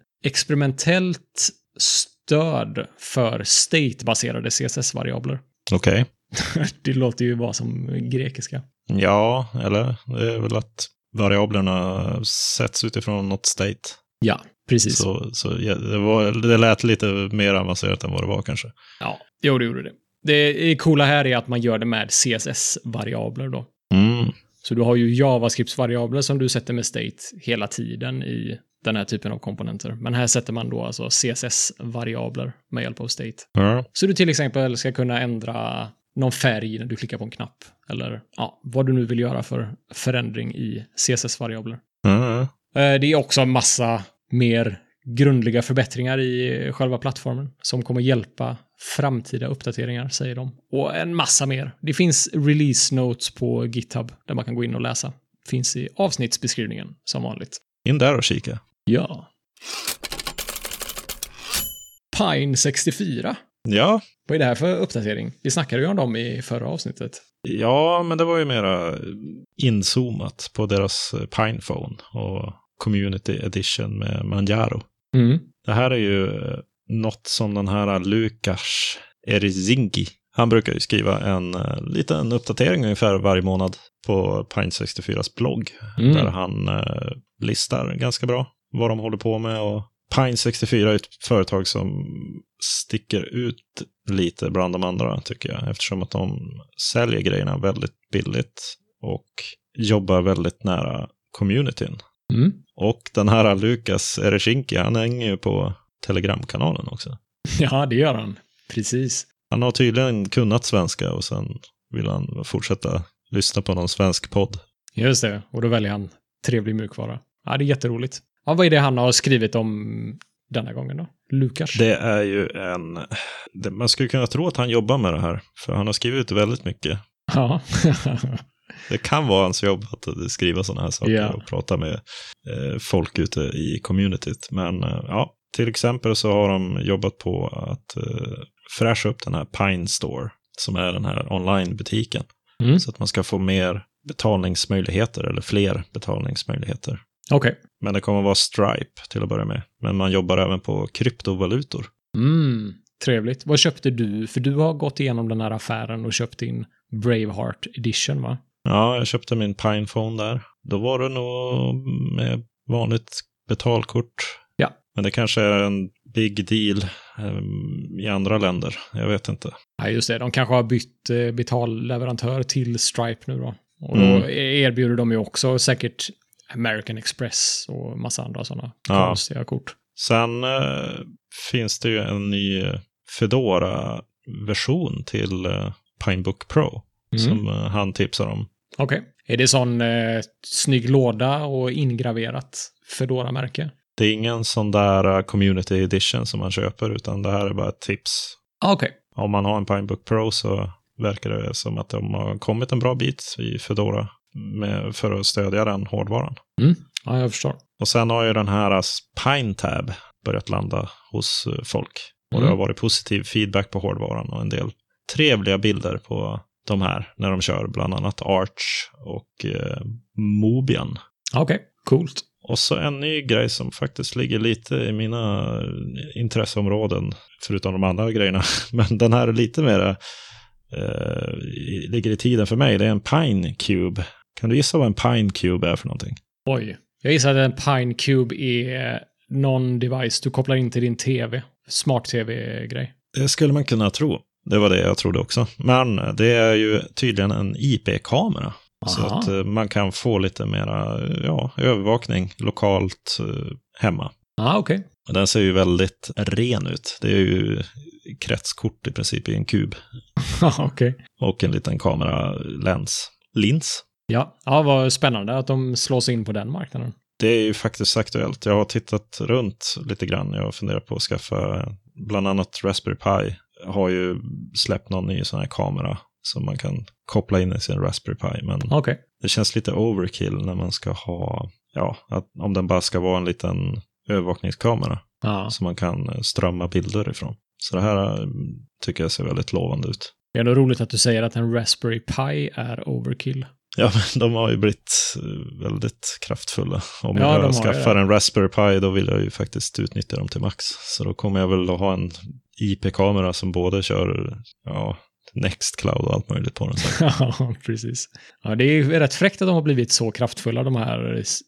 experimentellt stöd för state-baserade CSS-variabler. Okej. [LAUGHS] det låter ju bara som grekiska. Ja, eller? Det är väl att variablerna sätts utifrån något state. Ja, precis. Så, så ja, det, var, det lät lite mer avancerat än vad det var kanske. Ja, jo, det gjorde det. Det coola här är att man gör det med CSS-variabler då. Mm. Så du har ju JavaScript-variabler som du sätter med state hela tiden i den här typen av komponenter. Men här sätter man då alltså CSS-variabler med hjälp av state. Ja. Så du till exempel ska kunna ändra någon färg när du klickar på en knapp. Eller ja, vad du nu vill göra för förändring i CSS-variabler. Ja, Eh, Det är också en massa mer grundliga förbättringar i eh, själva plattformen som kommer hjälpa framtida uppdateringar, säger de. Och en massa mer. Det finns release notes på GitHub där man kan gå in och läsa. Finns i avsnittsbeskrivningen, som vanligt. In där och kika. Ja. Pine 64. Ja, Vad är det här för uppdatering? Vi snackade ju om dem i förra avsnittet. Ja, men det var ju mera inzoomat på deras eh, Pinephone och Community Edition med Manjaro. Mm. Det här är ju eh, något som den här Lukas Erizingi, han brukar ju skriva en eh, liten uppdatering ungefär varje månad på Pine64s blogg, Mm. där han eh, listar ganska bra vad de håller på med. Och Pine64 är ett företag som sticker ut lite bland de andra, tycker jag, eftersom att de säljer grejerna väldigt billigt och jobbar väldigt nära communityn. Mm. Och den här Lukas Eresinki, han hänger ju på Telegramkanalen också. Ja, det gör han. Precis. Han har tydligen kunnat svenska och sen vill han fortsätta lyssna på någon svensk podd. Just det, och då väljer han trevlig mjukvara. Ja, det är jätteroligt. Ja, vad är det han har skrivit om denna gången då? Lukas? Det är ju en... det- Man skulle kunna tro att han jobbar med det här, för han har skrivit väldigt mycket. Ja. [LAUGHS] Det kan vara hans jobb att skriva sådana här saker Ja. och prata med eh, folk ute i communityt. Men eh, ja, till exempel så har de jobbat på att eh, fräscha upp den här Pine Store, som är den här onlinebutiken. Mm. Så att man ska få mer betalningsmöjligheter eller fler betalningsmöjligheter. Okej. Men det kommer att vara Stripe till att börja med. Men man jobbar även på kryptovalutor. Mm, trevligt. Vad köpte du? För du har gått igenom den här affären och köpt in Braveheart Edition, va? Ja, jag köpte min Pinephone där. Då var det nog med vanligt betalkort. Ja. Men det kanske är en big deal ehm, i andra länder. Jag vet inte. Ja, just det. De kanske har bytt eh, betalleverantör till Stripe nu då. Och då e- Mm. erbjuder de ju också säkert American Express och massa andra sådana Ja. konstiga kort. Sen eh, finns det ju en ny Fedora-version till eh, Pinebook Pro Mm. som eh, han tipsar om. Okej. Är det sån eh, snygg låda och ingraverat Fedora-märke? Det är ingen sån där eh, community edition som man köper, utan det här är bara ett tips. Ah, Okej. Om man har en Pinebook Pro så verkar det som att de har kommit en bra bit i Fedora med, för att stödja den hårdvaran. Ja, jag förstår. Och sen har ju den här PineTab börjat landa hos eh, folk. Och det Mm. har varit positiv feedback på hårdvaran och en del trevliga bilder på de här när de kör, bland annat Arch och eh, Mobian. Ja, Okej, coolt. Och så en ny grej som faktiskt ligger lite i mina intresseområden, förutom de andra grejerna. [LAUGHS] Men den här är lite mer, eh, i- ligger i tiden för mig. Det är en Pine Cube. Kan du gissa vad en Pine Cube är för någonting? Oj. Jag gissar att en Pine Cube är någon device du kopplar in till din tv. Smart-tv-grej. Det skulle man kunna tro. Det var det jag trodde också. Men det är ju tydligen en IP-kamera. Så Aha. att eh, man kan få lite mera ja, övervakning lokalt eh, hemma. Ja, Ah, okej. [LAUGHS] Och Den ser ju väldigt ren ut. Det är ju kretskort i princip i en kub. Ja, okej. och en liten kameralens. Lins. Ja. ja, vad spännande att de slås in på den marknaden. Det är ju faktiskt aktuellt. Jag har tittat runt lite grann. Jag funderar på att skaffa, bland annat Raspberry Pi har ju släppt någon ny sån här kamera som man kan koppla in i sin Raspberry Pi. Men Okej. det känns lite overkill när man ska ha, ja, att, om den bara ska vara en liten övervakningskamera Ja. som man kan eh, strömma bilder ifrån. Så det här eh, tycker jag ser väldigt lovande ut. Det är nog roligt att du säger att en Raspberry Pi är overkill. Ja, men de har ju blivit eh, väldigt kraftfulla. Om Ja, de har jag ju skaffar det. en Raspberry Pi då vill jag ju faktiskt utnyttja dem till max. Så då kommer jag väl att ha en IP-kamera som både kör ja, Nextcloud och allt möjligt på den. Så [LAUGHS] Ja, precis. Ja, det är ju rätt fräckt att de har blivit så kraftfulla, de här s-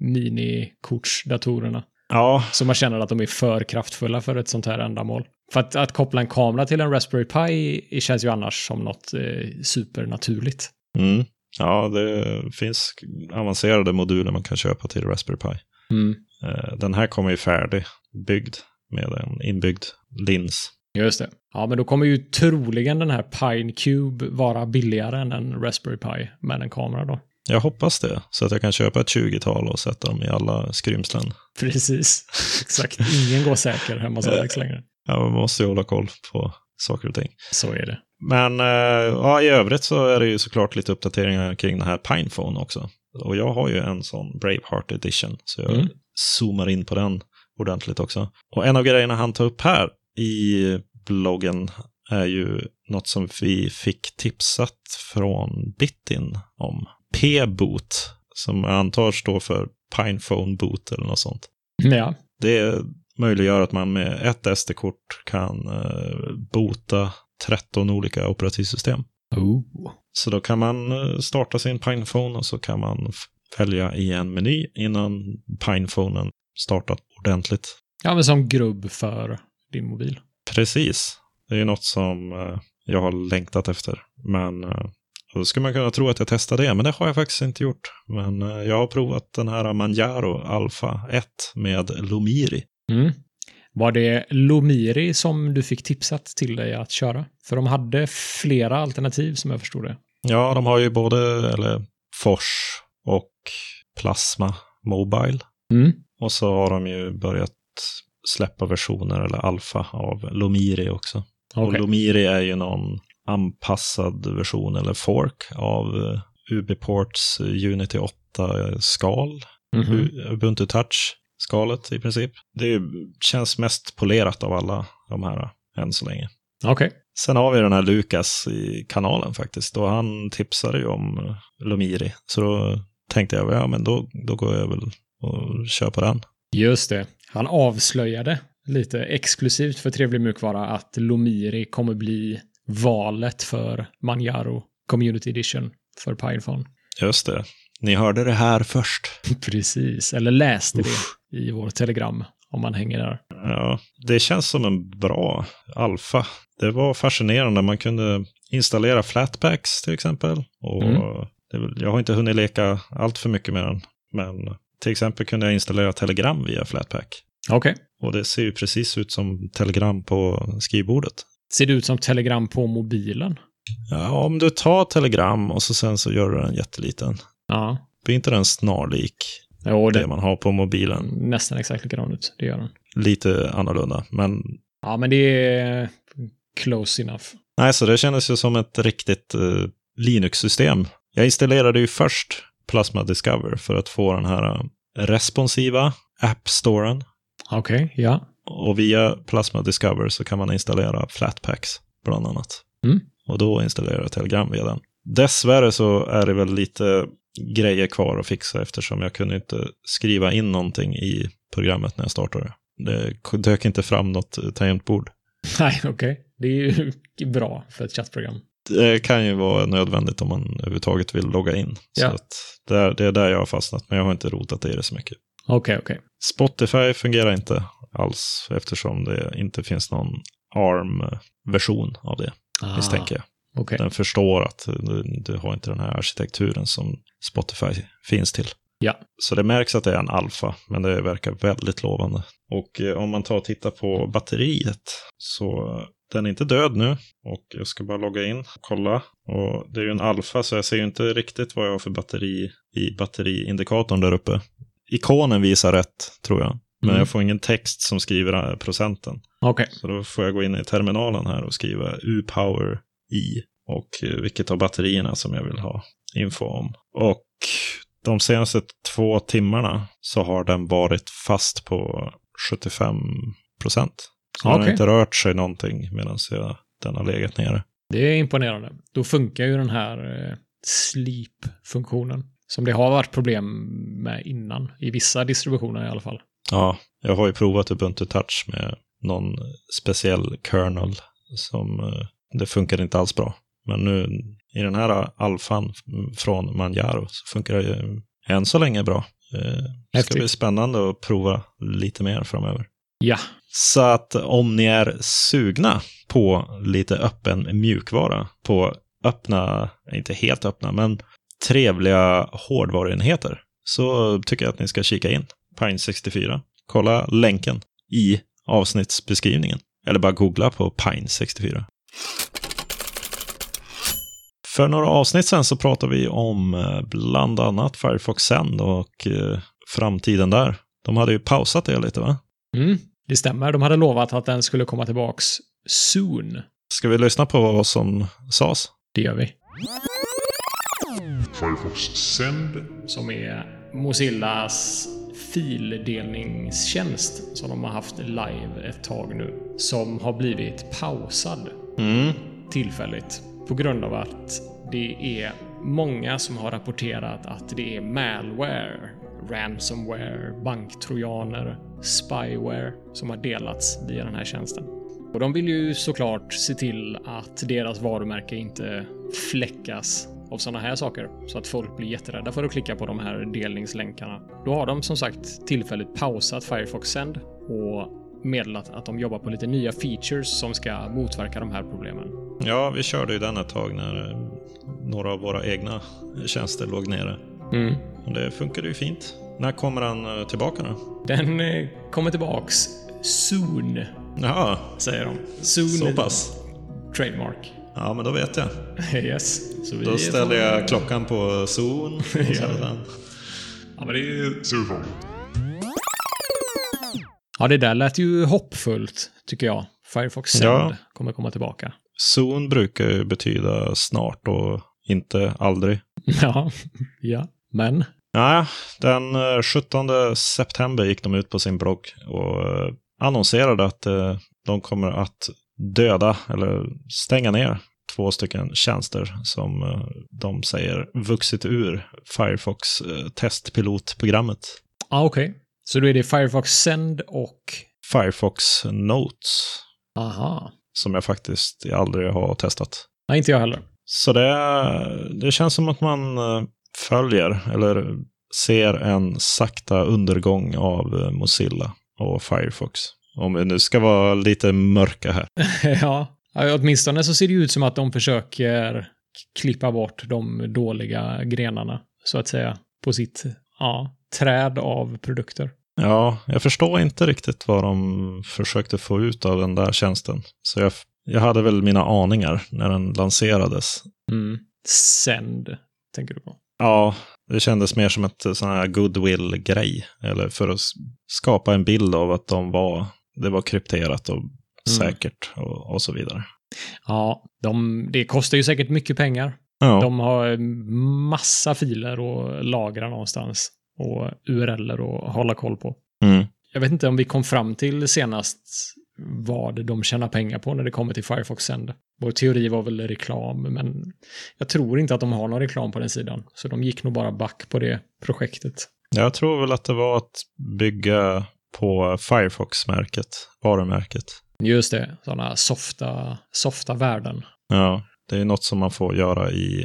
minikortsdatorerna. ja, Så man känner att de är för kraftfulla för ett sånt här ändamål. För att, att koppla en kamera till en Raspberry Pi känns ju annars som något eh, supernaturligt. mm, ja, det finns avancerade moduler man kan köpa till Raspberry Pi. Mm. Eh, Den här kommer ju färdig, byggd med en inbyggd lins. Just det. Ja, men då kommer ju troligen den här Pine Cube vara billigare än en Raspberry Pi med en kamera då. [LAUGHS] Jag hoppas det, så att jag kan köpa ett 20-tal och sätta dem i alla skrymslen. Precis. [LAUGHS] Exakt. Ingen går säker hemma hos Alex längre. Ja, man måste ju hålla koll på saker och ting. Så är det. Men eh, ja, i övrigt så är det ju såklart lite uppdateringar kring den här Pinephone också. Och jag har ju en sån Braveheart Edition, så jag Mm. zoomar in på den ordentligt också. Och en av grejerna han tar upp här i bloggen är ju något som vi fick tipsat från Bitin om. P-boot, som jag antar står för Pinephone boot eller något sånt. Ja, Det möjliggör att man med ett SD-kort kan eh, bota 13 olika operativsystem. Oh. Så då kan man eh, starta sin Pinephone och så kan man f- välja i en meny innan Pinephonen startat ordentligt. Ja, men som grubb för din mobil. Precis. Det är ju något som eh, jag har längtat efter. Men eh, då skulle man kunna tro att jag testade det, men det har jag faktiskt inte gjort. Men eh, jag har provat den här Manjaro Alpha 1 med Lumiri. Mm. Var det Lomiri som du fick tipsat till dig att köra? För de hade flera alternativ som jag förstod det. Ja, de har ju både eller, Fors och Plasma Mobile. Mm. Och så har de ju börjat släppa versioner eller alfa av Lumiri också. Och Okej. Lumiri är ju någon anpassad version eller fork av eh, UB-ports Unity 8-skal. Mhm. U- Ubuntu Touch-skalet i princip. Det är ju- känns mest polerat av alla de här eh, än så länge. Okej. Sen har vi den här Lukas i kanalen faktiskt. Och han tipsade ju om eh, Lumiri. Så då tänkte jag, ja men då, då går jag väl och köper den. Just det. Han avslöjade lite exklusivt för Trevlig Mjukvara att Lomiri kommer bli valet för Manjaro Community Edition för Pinephone. Just det. Ni hörde det här först. [LAUGHS] Precis, eller läste det i vår telegram om man hänger där. Ja, det känns som en bra alfa. Det var fascinerande. Man kunde installera flatpacks till exempel. Och Mm. det, är väl- jag har inte hunnit leka allt för mycket med den. Men till exempel kunde jag installera telegram via flatpack. Okej. Och det ser ju precis ut som telegram på skrivbordet. Ser det ut som telegram på mobilen? Ja, om du tar telegram och så sen så gör du den jätteliten. Ja. Blir inte den snarlik Jo, det det man har på mobilen? nästan exakt likadan ut. Det gör den. Lite annorlunda, men Ja, men det är close enough. Nej, så det kändes ju som ett riktigt eh, Linux-system. Jag installerade ju först Plasma Discover för att få den här eh, responsiva app-storen. Okej, ja. Och via Plasma Discover så kan man installera Flatpaks bland annat. Mm. Och då installerar jag Telegram via den. Dessvärre så är det väl lite grejer kvar att fixa eftersom jag kunde inte skriva in någonting i programmet när jag startade. Det dök inte fram något eh, tangentbord. [LAUGHS] Nej, okej. Det är ju [LAUGHS] bra för ett chattprogram. det kan ju vara nödvändigt om man överhuvudtaget vill logga in. Ja. Så att det, är, det är där jag har fastnat, men jag har inte rotat i det så mycket. Okej, okej. Spotify fungerar inte alls eftersom det inte finns någon ARM-version av det, Ah, misstänker jag. Okej. Den förstår att du, du har inte den här arkitekturen som Spotify finns till. Ja. Så det märks att det är en alfa, men det verkar väldigt lovande. Och eh, om man tar och tittar på batteriet så eh, den är inte död nu och jag ska bara logga in och kolla. Och det är ju en alfa så jag ser ju inte riktigt vad jag har för batteri i batteriindikatorn där uppe. Ikonen visar rätt tror jag, men Mm. jag får ingen text som skriver eh, procenten. Okej. Så då får jag gå in i terminalen här och skriva U-Power i och eh, vilket av batterierna som jag vill ha info om. Och de senaste två timmarna så har den varit fast på 75 procent. Så den har Okej. inte rört sig någonting medan jag, den har legat nere. Det är imponerande. Då funkar ju den här eh, sleep-funktionen. Som det har varit problem med innan. I vissa distributioner i alla fall. Ja, jag har ju provat Ubuntu Touch med någon speciell kernel som eh, det funkar inte alls bra. Men nu i den här alfan från Manjaro så funkar det ju än så länge bra. Eh, Det ska Häftigt. bli spännande att prova lite mer framöver. Ja. Så att om ni är sugna på lite öppen mjukvara, på öppna, inte helt öppna, men trevliga hårdvaruenheter, så tycker jag att ni ska kika in Pine64. Kolla länken i avsnittsbeskrivningen. Eller bara googla på Pine64. För några avsnitt sen så pratade vi om eh, bland annat Firefox Send och eh, framtiden där. De hade ju pausat det lite va? Mm, det stämmer. De hade lovat att den skulle komma tillbaks soon. Ska vi lyssna på vad som sades? Det gör vi. Firefox Send Som är Mozillas fildelningstjänst som de har haft live ett tag nu. Som har blivit pausad Mm. tillfälligt på grund av att det är många som har rapporterat att det är malware, ransomware, banktrojaner, spyware som har delats via den här tjänsten. Och de vill ju såklart se till att deras varumärke inte fläckas av sådana här saker så att folk blir jätterädda för att klicka på de här delningslänkarna. Då har de som sagt tillfälligt pausat Firefox Send och meddelat att de jobbar på lite nya features som ska motverka de här problemen. Ja, vi körde ju den ett tag när eh, några av våra egna tjänster låg nere. Och det funkade ju fint. När kommer han eh, tillbaka då? Den eh, kommer tillbaks soon, Jaha, säger de. Soon så pass. trademark. [LAUGHS] Ja, men då vet jag. yes. Så vi Då ställer jag klockan på zon. och sedan- Ja, men det är ju... Zero. Ja, det där lät ju hoppfullt, tycker jag. Firefox Send Ja. kommer komma tillbaka. [LAUGHS] Zon brukar ju betyda snart och inte aldrig. Ja, ja. Men Nej, den eh, 17 september gick de ut på sin blogg och eh, annonserade att eh, de kommer att döda eller stänga ner två stycken tjänster som eh, de säger vuxit ur Firefox eh, testpilotprogrammet. ah, okej. Så då är det Firefox Send och... Firefox Notes, Aha. som jag faktiskt aldrig har testat. Nej, inte jag heller. [LAUGHS] Så det, det känns som att man eh, följer eller ser en sakta undergång av eh, Mozilla och Firefox. Om vi nu ska vara lite mörka här. ja. ja, åtminstone så ser det ju ut som att de försöker k- klippa bort de dåliga grenarna, så att säga, på sitt ja, träd av produkter. Ja, jag förstår inte riktigt vad de försökte få ut av den där tjänsten. Så jag, jag hade väl mina aningar när den lanserades. Mm. Send, tänker du på. Ja, det kändes mer som ett eh, sån här goodwill-grej. Eller för att s- skapa en bild av att de var, det var krypterat och Mm. säkert och, och så vidare. Ja, de, det kostar ju säkert mycket pengar. Ja, De har massa filer och lagra någonstans och URLer och hålla koll på. mm. Jag vet inte om vi kom fram till senast vad de tjänar pengar på när det kommer till Firefox Send. Vår teori var väl reklam, men jag tror inte att de har någon reklam på den sidan. Så de gick nog bara back på det projektet. jag tror väl att det var att bygga på Firefox-märket, varumärket. Just det, sådana softa, softa värden. Ja, det är något som man får göra i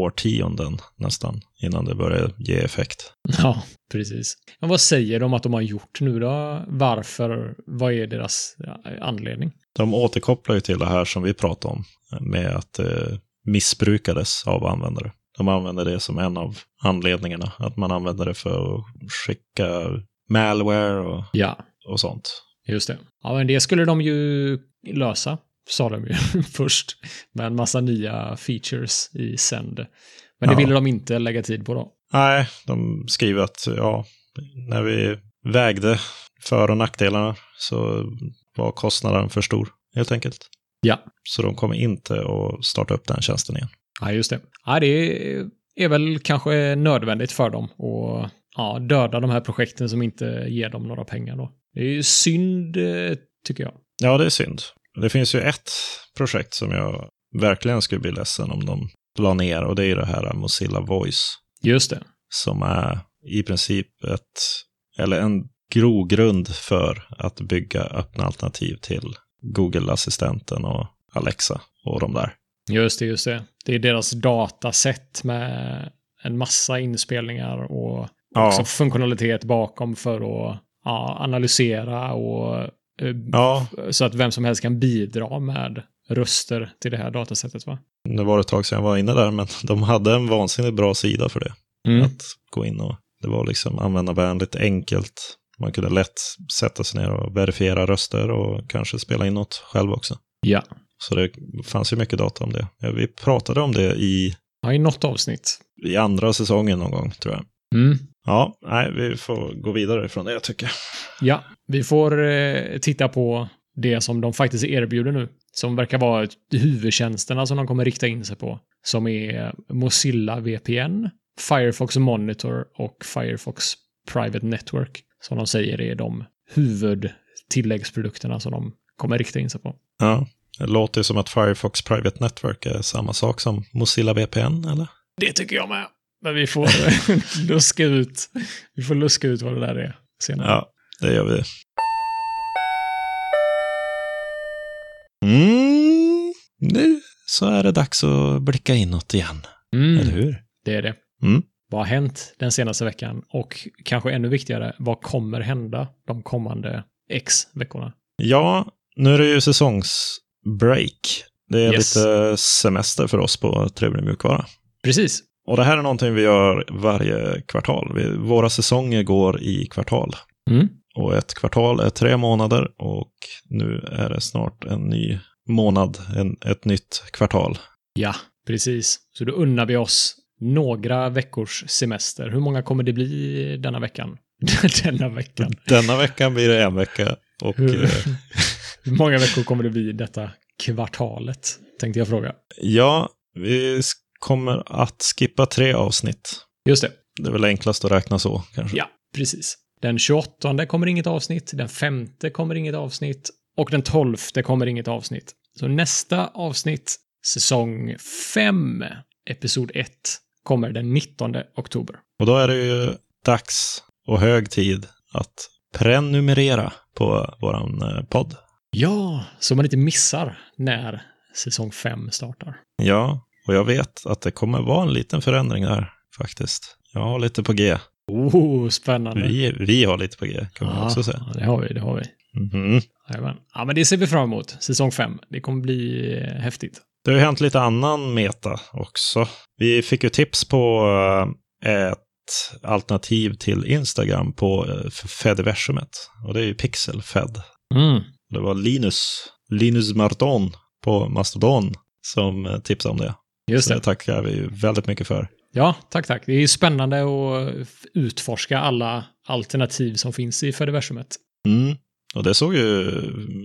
årtionden nästan innan det börjar ge effekt. Ja, precis. Men vad säger de att de har gjort nu då? Varför? Vad är deras ja, anledning? De återkopplar ju till det här som vi pratade om med att det missbrukades av användare. De använder det som en av anledningarna, att man använder det för att skicka malware och, Ja, och sånt. Just det. Ja, men det skulle de ju lösa, sa de ju [LAUGHS] först. Med en massa nya features i Send. Men det Ja. ville de inte lägga tid på då. Nej, de skriver att ja, när vi vägde för och nackdelarna så var kostnaden för stor, helt enkelt. Ja. Så de kommer inte att starta upp den tjänsten igen. Ja, just det. Ja, det är väl kanske nödvändigt för dem att ja, döda de här projekten som inte ger dem några pengar då. Det är ju synd, eh, tycker jag. Ja, det är synd. Det finns ju ett projekt som jag verkligen skulle bli ledsen om de la ner och det är ju det här Mozilla Voice Just det. som är i princip ett, eller en grogrund för att bygga öppna alternativ till Google-assistenten och Alexa och de där. Just det, just det. Det är deras datasätt med en massa inspelningar och Ja. också funktionalitet bakom för att ja, analysera och eh, Ja, så att vem som helst kan bidra med röster till det här datasättet va? nu var det ett tag sedan jag var inne där, men de hade en vansinnigt bra sida för det. Mm. Att gå in och det var liksom användarvänligt, enkelt. Man kunde lätt sätta sig ner och verifiera röster och kanske spela in något själv också. Ja. Så det fanns ju mycket data om det. Ja, Vi pratade om det i, ja, i något avsnitt. i andra säsongen någon gång, tror jag. Mm. Ja, nej, vi får gå vidare från det, jag tycker Ja, vi får eh, titta på det som de faktiskt erbjuder nu. Som verkar vara huvudtjänsterna som de kommer rikta in sig på. Som är Mozilla VPN, Firefox Monitor och Firefox Private Network. Som de säger är de huvudtilläggsprodukterna som de kommer rikta in sig på. Ja, det låter ju som att Firefox Private Network är samma sak som Mozilla VPN, eller? Det tycker jag med. Men vi får [LAUGHS] luska ut. Vi får luska ut vad det där är senare. Ja, det gör vi. Mm, nu så är det dags att blicka inåt igen, Mm, eller hur? det är det. Mm. Vad har hänt den senaste veckan? Och kanske ännu viktigare, vad kommer hända de kommande X veckorna? Ja, nu är det ju säsongsbreak. Det är Yes. lite semester för oss på Trevlig mjukvara. Precis. Och det här är någonting vi gör varje kvartal. Vi, våra säsonger går i kvartal. Mm. Och ett kvartal är tre månader och nu är det snart en ny månad, en, ett nytt kvartal. Ja, precis. Så då unnar vi oss några veckors semester. Hur många kommer det bli denna veckan? [LAUGHS] denna veckan. [LAUGHS] Denna veckan blir det en vecka och Hur, eh, [LAUGHS] hur många veckor kommer det bli detta kvartalet? Tänkte jag fråga. ja, vi s- kommer att skippa tre avsnitt. Just det. Det är väl enklast att räkna så kanske. Ja, precis. Den 28 kommer inget avsnitt, den 5 kommer inget avsnitt och den 12 kommer inget avsnitt. Så nästa avsnitt, säsong 5, episod 1, kommer den 19 oktober. Och då är det ju dags och hög tid att prenumerera på våran eh, podd. Ja, så man inte missar när säsong 5 startar. Ja, och jag vet att det kommer vara en liten förändring där faktiskt. Jag har lite på G. Oh, spännande. Vi, vi har lite på G kan man Ja, också säga. ja, det har vi, det har vi. Mhm. Jajamän. Ja, men det ser vi fram emot. Säsong 5. Det kommer bli eh, häftigt. Det har ju hänt lite annan meta också. Vi fick ju tips på eh, ett alternativ till Instagram på eh, Fediversumet. Och det är ju Pixelfed. Mm. Det var Linus, Linus Marton på Mastodon som eh, tipsade om det. Just Så det. det tackar vi ju väldigt mycket för. Ja, tack, tack. Det är ju spännande att utforska alla alternativ som finns i Fediversumet. Mm. Och det såg ju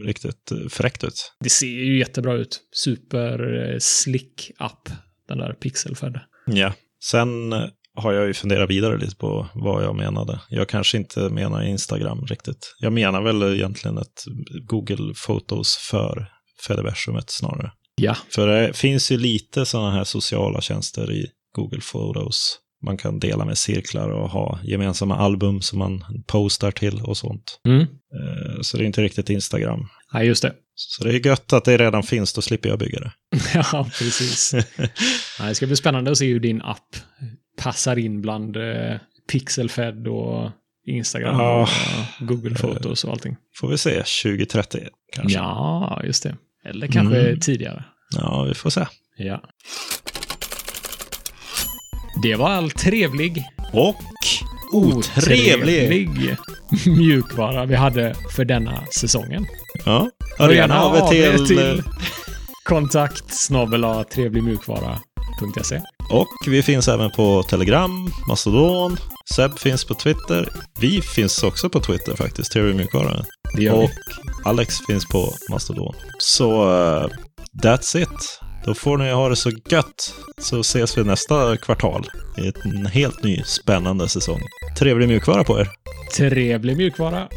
riktigt eh, fräckt ut. Det ser ju jättebra ut. Super eh, slick app, den där pixelfärd. Ja. Sen eh, har jag ju funderat vidare lite på vad jag menade. Jag kanske inte menar Instagram riktigt. Jag menar väl egentligen ett Google Photos för Fediversumet snarare. Ja. För det finns ju lite sådana här sociala tjänster i Google Photos. Man kan dela med cirklar och ha gemensamma album som man postar till och sånt. Mm. Eh, Så det är inte riktigt Instagram. Ja, just det. [LAUGHS] Så det är gött att det redan finns, då slipper jag bygga det. ja, [LAUGHS] precis. Ja, det ska bli spännande att se hur din app passar in bland eh, pixelfed och Instagram Ja. och Google Photos och allting. Får vi se, 2030 kanske. Ja, Ja, just det. Eller kanske Mm. tidigare. vi får se. Ja. Det var all trevlig, Och otrevlig! otrevlig mjukvara vi hade för denna säsongen. Ja, hör gärna av er till, eh, kontakt snabel trevligmjukvara.se. Och vi finns även på Telegram, Mastodon, Seb finns på Twitter. Vi finns också på Twitter faktiskt, Trevlig mjukvara. Det gör Och vi. Alex finns på Mastodon. Så eh, that's it. Då får ni ha det så gött. Så ses vi nästa kvartal i en helt ny spännande säsong. Trevlig mjukvara på er. Trevlig mjukvara.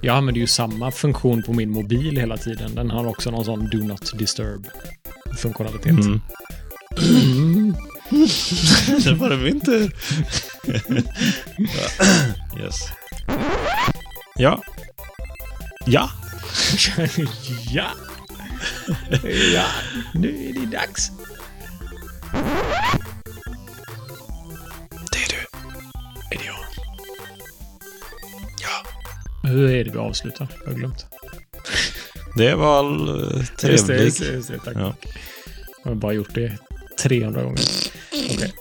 Jag använder ju samma funktion på min mobil hela tiden. Den har också någon sån Do Not Disturb-funktionalitet. Det var det min tur. yes. Ja. Ja. [LAUGHS] ja! Ja, nu är det dags. Det är du. Är det jag? Ja. Hur är det vi avslutar? Jag har glömt. Det var all eh, Just det, trevlig. just det, just det, tack. Ja. Jag har bara gjort det 300 gånger. Okej.